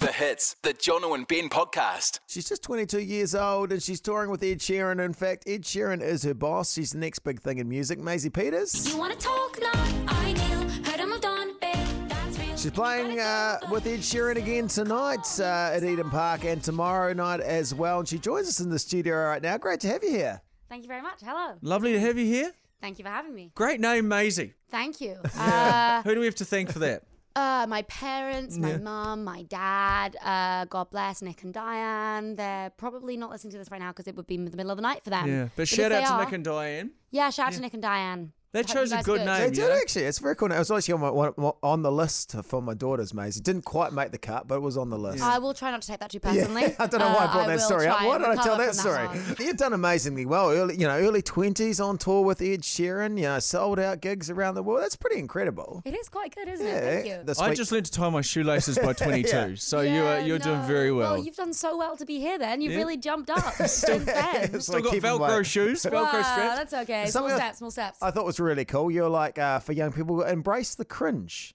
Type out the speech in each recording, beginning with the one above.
The hits, the Jono and Ben podcast. She's just 22 years old and she's touring with Ed Sheeran. In fact, Ed Sheeran is her boss. She's the next big thing in music. Maisie Peters. You wanna talk now? I knew. Heard I moved on, babe. That's real. She's playing uh, with Ed Sheeran again tonight uh, at Eden Park and tomorrow night as well. And she joins us in the studio right now. Great to have you here. Thank you very much. Hello. Lovely to have you here. Thank you for having me. Great name, Maisie. Thank you. Uh, Who do we have to thank for that? uh, my parents, my mum, my dad, uh, God bless Nick and Diane. They're probably not listening to this right now because it would be in the middle of the night for them. Yeah. But, if shout they out to are- Nick and Diane. Yeah, shout out to Nick and Diane. They Hope you chose a guys are good name. They did yeah. actually. It's very cool. It was actually on, my, one- on the list for my daughters, Maisie. Didn't quite make the cut, but it was on the list. I will try not to take that too personally. I don't know why I Uh, brought that will story up. try Why and did I tell recover that from story? one. You've done amazingly well. Early, you know, early twenties on tour with Ed Sheeran. You know, sold out gigs around the world. That's pretty incredible. It is quite good, isn't it? Yeah, Thank you. this I week- just learned to tie my shoelaces by 22, so you are Yeah, you're doing no. very well. Well, you've done so well to be here. Then you've Yeah. really jumped up since then. It's Still like got keeping Velcro weight. shoes, Velcro Wow, straps. That's okay. Small Something I- steps, small steps. I I, thought was really cool. You're like uh, for young people, embrace the cringe.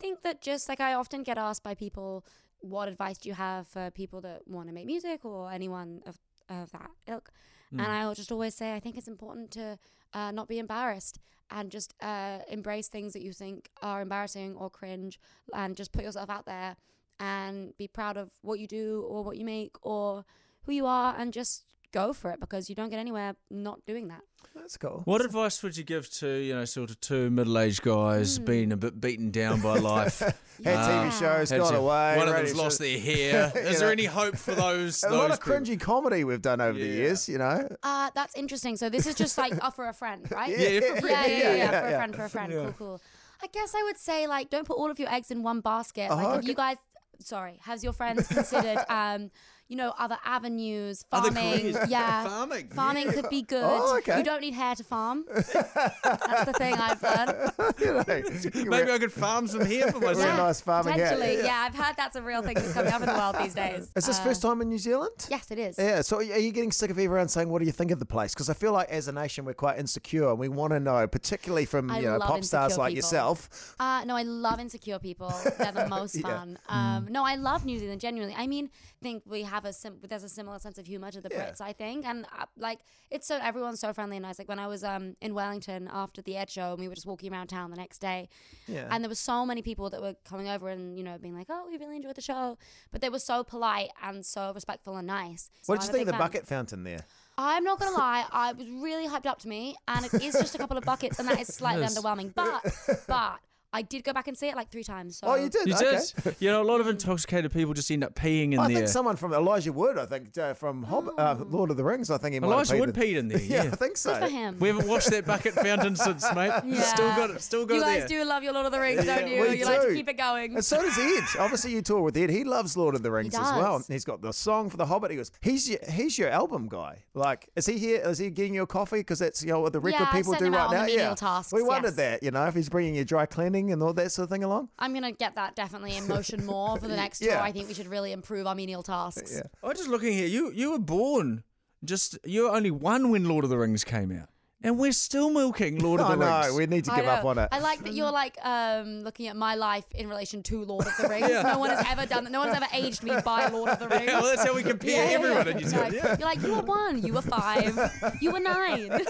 think that just like I often get asked by people, what advice do you have for people that want to make music or anyone of, of that ilk? And I will just always say, I think it's important to uh, not be embarrassed and just uh, embrace things that you think are embarrassing or cringe and just put yourself out there and be proud of what you do or what you make or who you are and just go for it because you don't get anywhere not doing that. That's cool. What advice would you give to you know sort of two middle-aged guys Hmm. being a bit beaten down by life? Had Ah. TV shows, Had gone to- away. One of radio them's shows. lost their hair. Is You there know. any hope for those? A lot those of people? cringy comedy we've done over the Yeah. years. You know, Uh, that's interesting. So this is just like offer a friend, right? Yeah, for a friend. Yeah, yeah, yeah, yeah, yeah, for yeah. a friend, for a friend. Cool, cool. I guess I would say like don't put all of your eggs in one basket. Like Oh, have okay. you guys sorry, has your friends considered um, you know, other avenues, Other farming, careers. yeah. Farming, Farming could be good. Oh, okay. You don't need hair to farm. That's the thing I've learned. you know, you can Maybe wear- I could farm some hair for myself. Yeah. nice farming hair. Potentially, Yeah, yeah. I've heard that's a real thing that's coming up in the world these days. Is this Uh, first time in New Zealand? Yes, it is. Yeah, so are you getting sick of everyone saying, "What do you think of the place?" Because I feel like as a nation we're quite insecure, and we want to know, particularly from I you know love pop stars insecure like people. yourself. Uh, no, I love insecure people. They're the most Yeah. Mm. fun. Um, No, I love New Zealand genuinely. I mean, think we have a sim- there's a similar sense of humor to the Yeah. Brits, I think, and uh, like it's so everyone's so friendly and nice. Like when I was um in Wellington after the Ed show, and we were just walking around town the next day, Yeah. and there were so many people that were coming over and you know being like, oh, we really enjoyed the show, but they were so polite and so respectful and nice. So What did I'm you think of a big the fan. bucket fountain there? I'm not gonna lie, I was really hyped up to me, and it is just a couple of buckets, and that is slightly Yes. underwhelming. But but I did go back and see it like three times. So Oh, you did. You okay. did. You know, a lot of intoxicated people just end up peeing in I there. think someone from Elijah Wood, I think uh, from Hobbit, uh, Oh. Lord of the Rings, I think he might Elijah have Wood peed peed in there. in- Yeah, Yeah. I think so. Good for him. We haven't washed that bucket fountain since, mate. Yeah. Still got it. Still got you it guys there. do love your Lord of the Rings, don't you? we you like do. to keep it going. And so does Ed. Obviously, you tour with Ed. He loves Lord of the Rings as well. does. He's got the song for the Hobbit. He goes, he's your, he's your album guy. Like, is he here? Is he getting your coffee? Because that's you know what the record Yeah, I've people sent do him right out on now. the yeah, menial tasks, we wondered yes. that. You know, if he's bringing you dry cleaning and all that sort of thing along. I'm gonna get that definitely in motion more for the next Yeah. tour. I think we should really improve our menial tasks. Yeah. I'm just looking here. You you were born just you were only one when Lord of the Rings came out, and we're still milking Lord of I the know. Rings. Oh, We need to I give up know. on it. I like that you're like um, looking at my life in relation to Lord of the Rings. Yeah. No one has ever done that. No one's ever aged me by Lord of the Rings. yeah, well, that's how we compare everyone in New Zealand. Like, You're like, you were one, you were five, you were nine.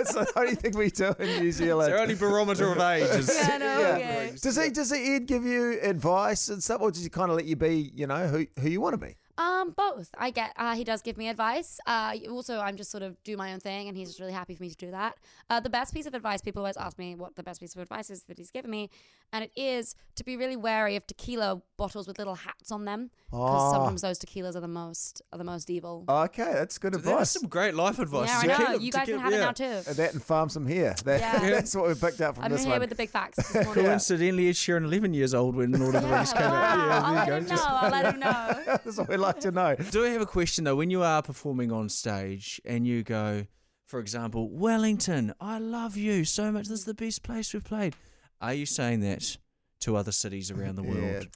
That's the only thing we do in New Zealand. It's our only barometer of age. Is, Yeah, I know, Yeah. okay. Does he does he Ed give you advice and stuff, or does he kind of let you be, you know, who who you want to be? Um, both. I get. Uh, he does give me advice. Uh, also, I'm just sort of do my own thing, and he's just really happy for me to do that. Uh, the best piece of advice people always ask me what the best piece of advice is that he's given me, and it is to be really wary of tequila bottles with little hats on them, because Ah. sometimes those tequilas are the most are the most evil. Okay, that's good That's advice. some great life Oh, advice. yeah, I To know. keep- you to guys can keep- have it yeah. now too. Uh, that and farm some hair. That, Yeah. That's what we picked out from I'm this here one. with the big facts. This morning. Coincidentally, Ed Sheeran 11 years old when Lord of the Yeah, Rings came out. wow. I'll there you let go. him know. I'll let him know. That's what we like to know. Do I have a question though? When you are performing on stage and you go, for example, Wellington, I love you so much. This is the best place we've played. Are you saying that to other cities around the world?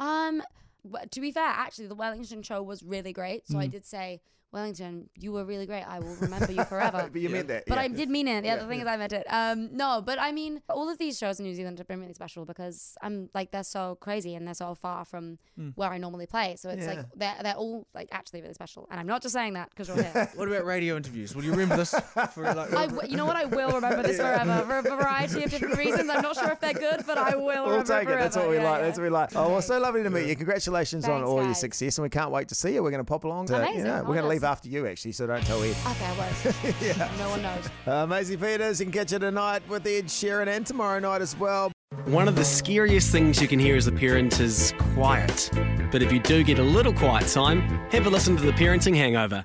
Mm. Um, w- to be fair, actually, the Wellington show was really great. So I did say Wellington, you were really great. I will remember you forever. But you meant that. But yeah. I did mean it. The Yeah. other thing is I meant it. Um, no, but I mean, all of these shows in New Zealand have been really special because I'm like they're so crazy and they're so far from where I normally play. So it's Mm. Yeah. like they're they're all like actually really special. And I'm not just saying that because you're here. What about radio interviews? Will you remember this for like? I w- you know what? I will remember this forever for a variety of different reasons. I'm not sure if they're good, but I will We'll remember take it. That's forever. what we Yeah, like. yeah. That's what we like. Oh, well, so lovely to meet you. Congratulations on Thanks, all your guys. success, and we can't wait to see you. We're going to pop along. To, You Amazing. know, we're going to Awesome. leave after you, actually, so don't tell Ed. Okay, I won't. No one knows. Uh, Maisie Peters, you can catch her tonight with Ed Sheeran and tomorrow night as well. One of the scariest things you can hear as a parent is quiet. But if you do get a little quiet time, have a listen to The Parenting Hangover.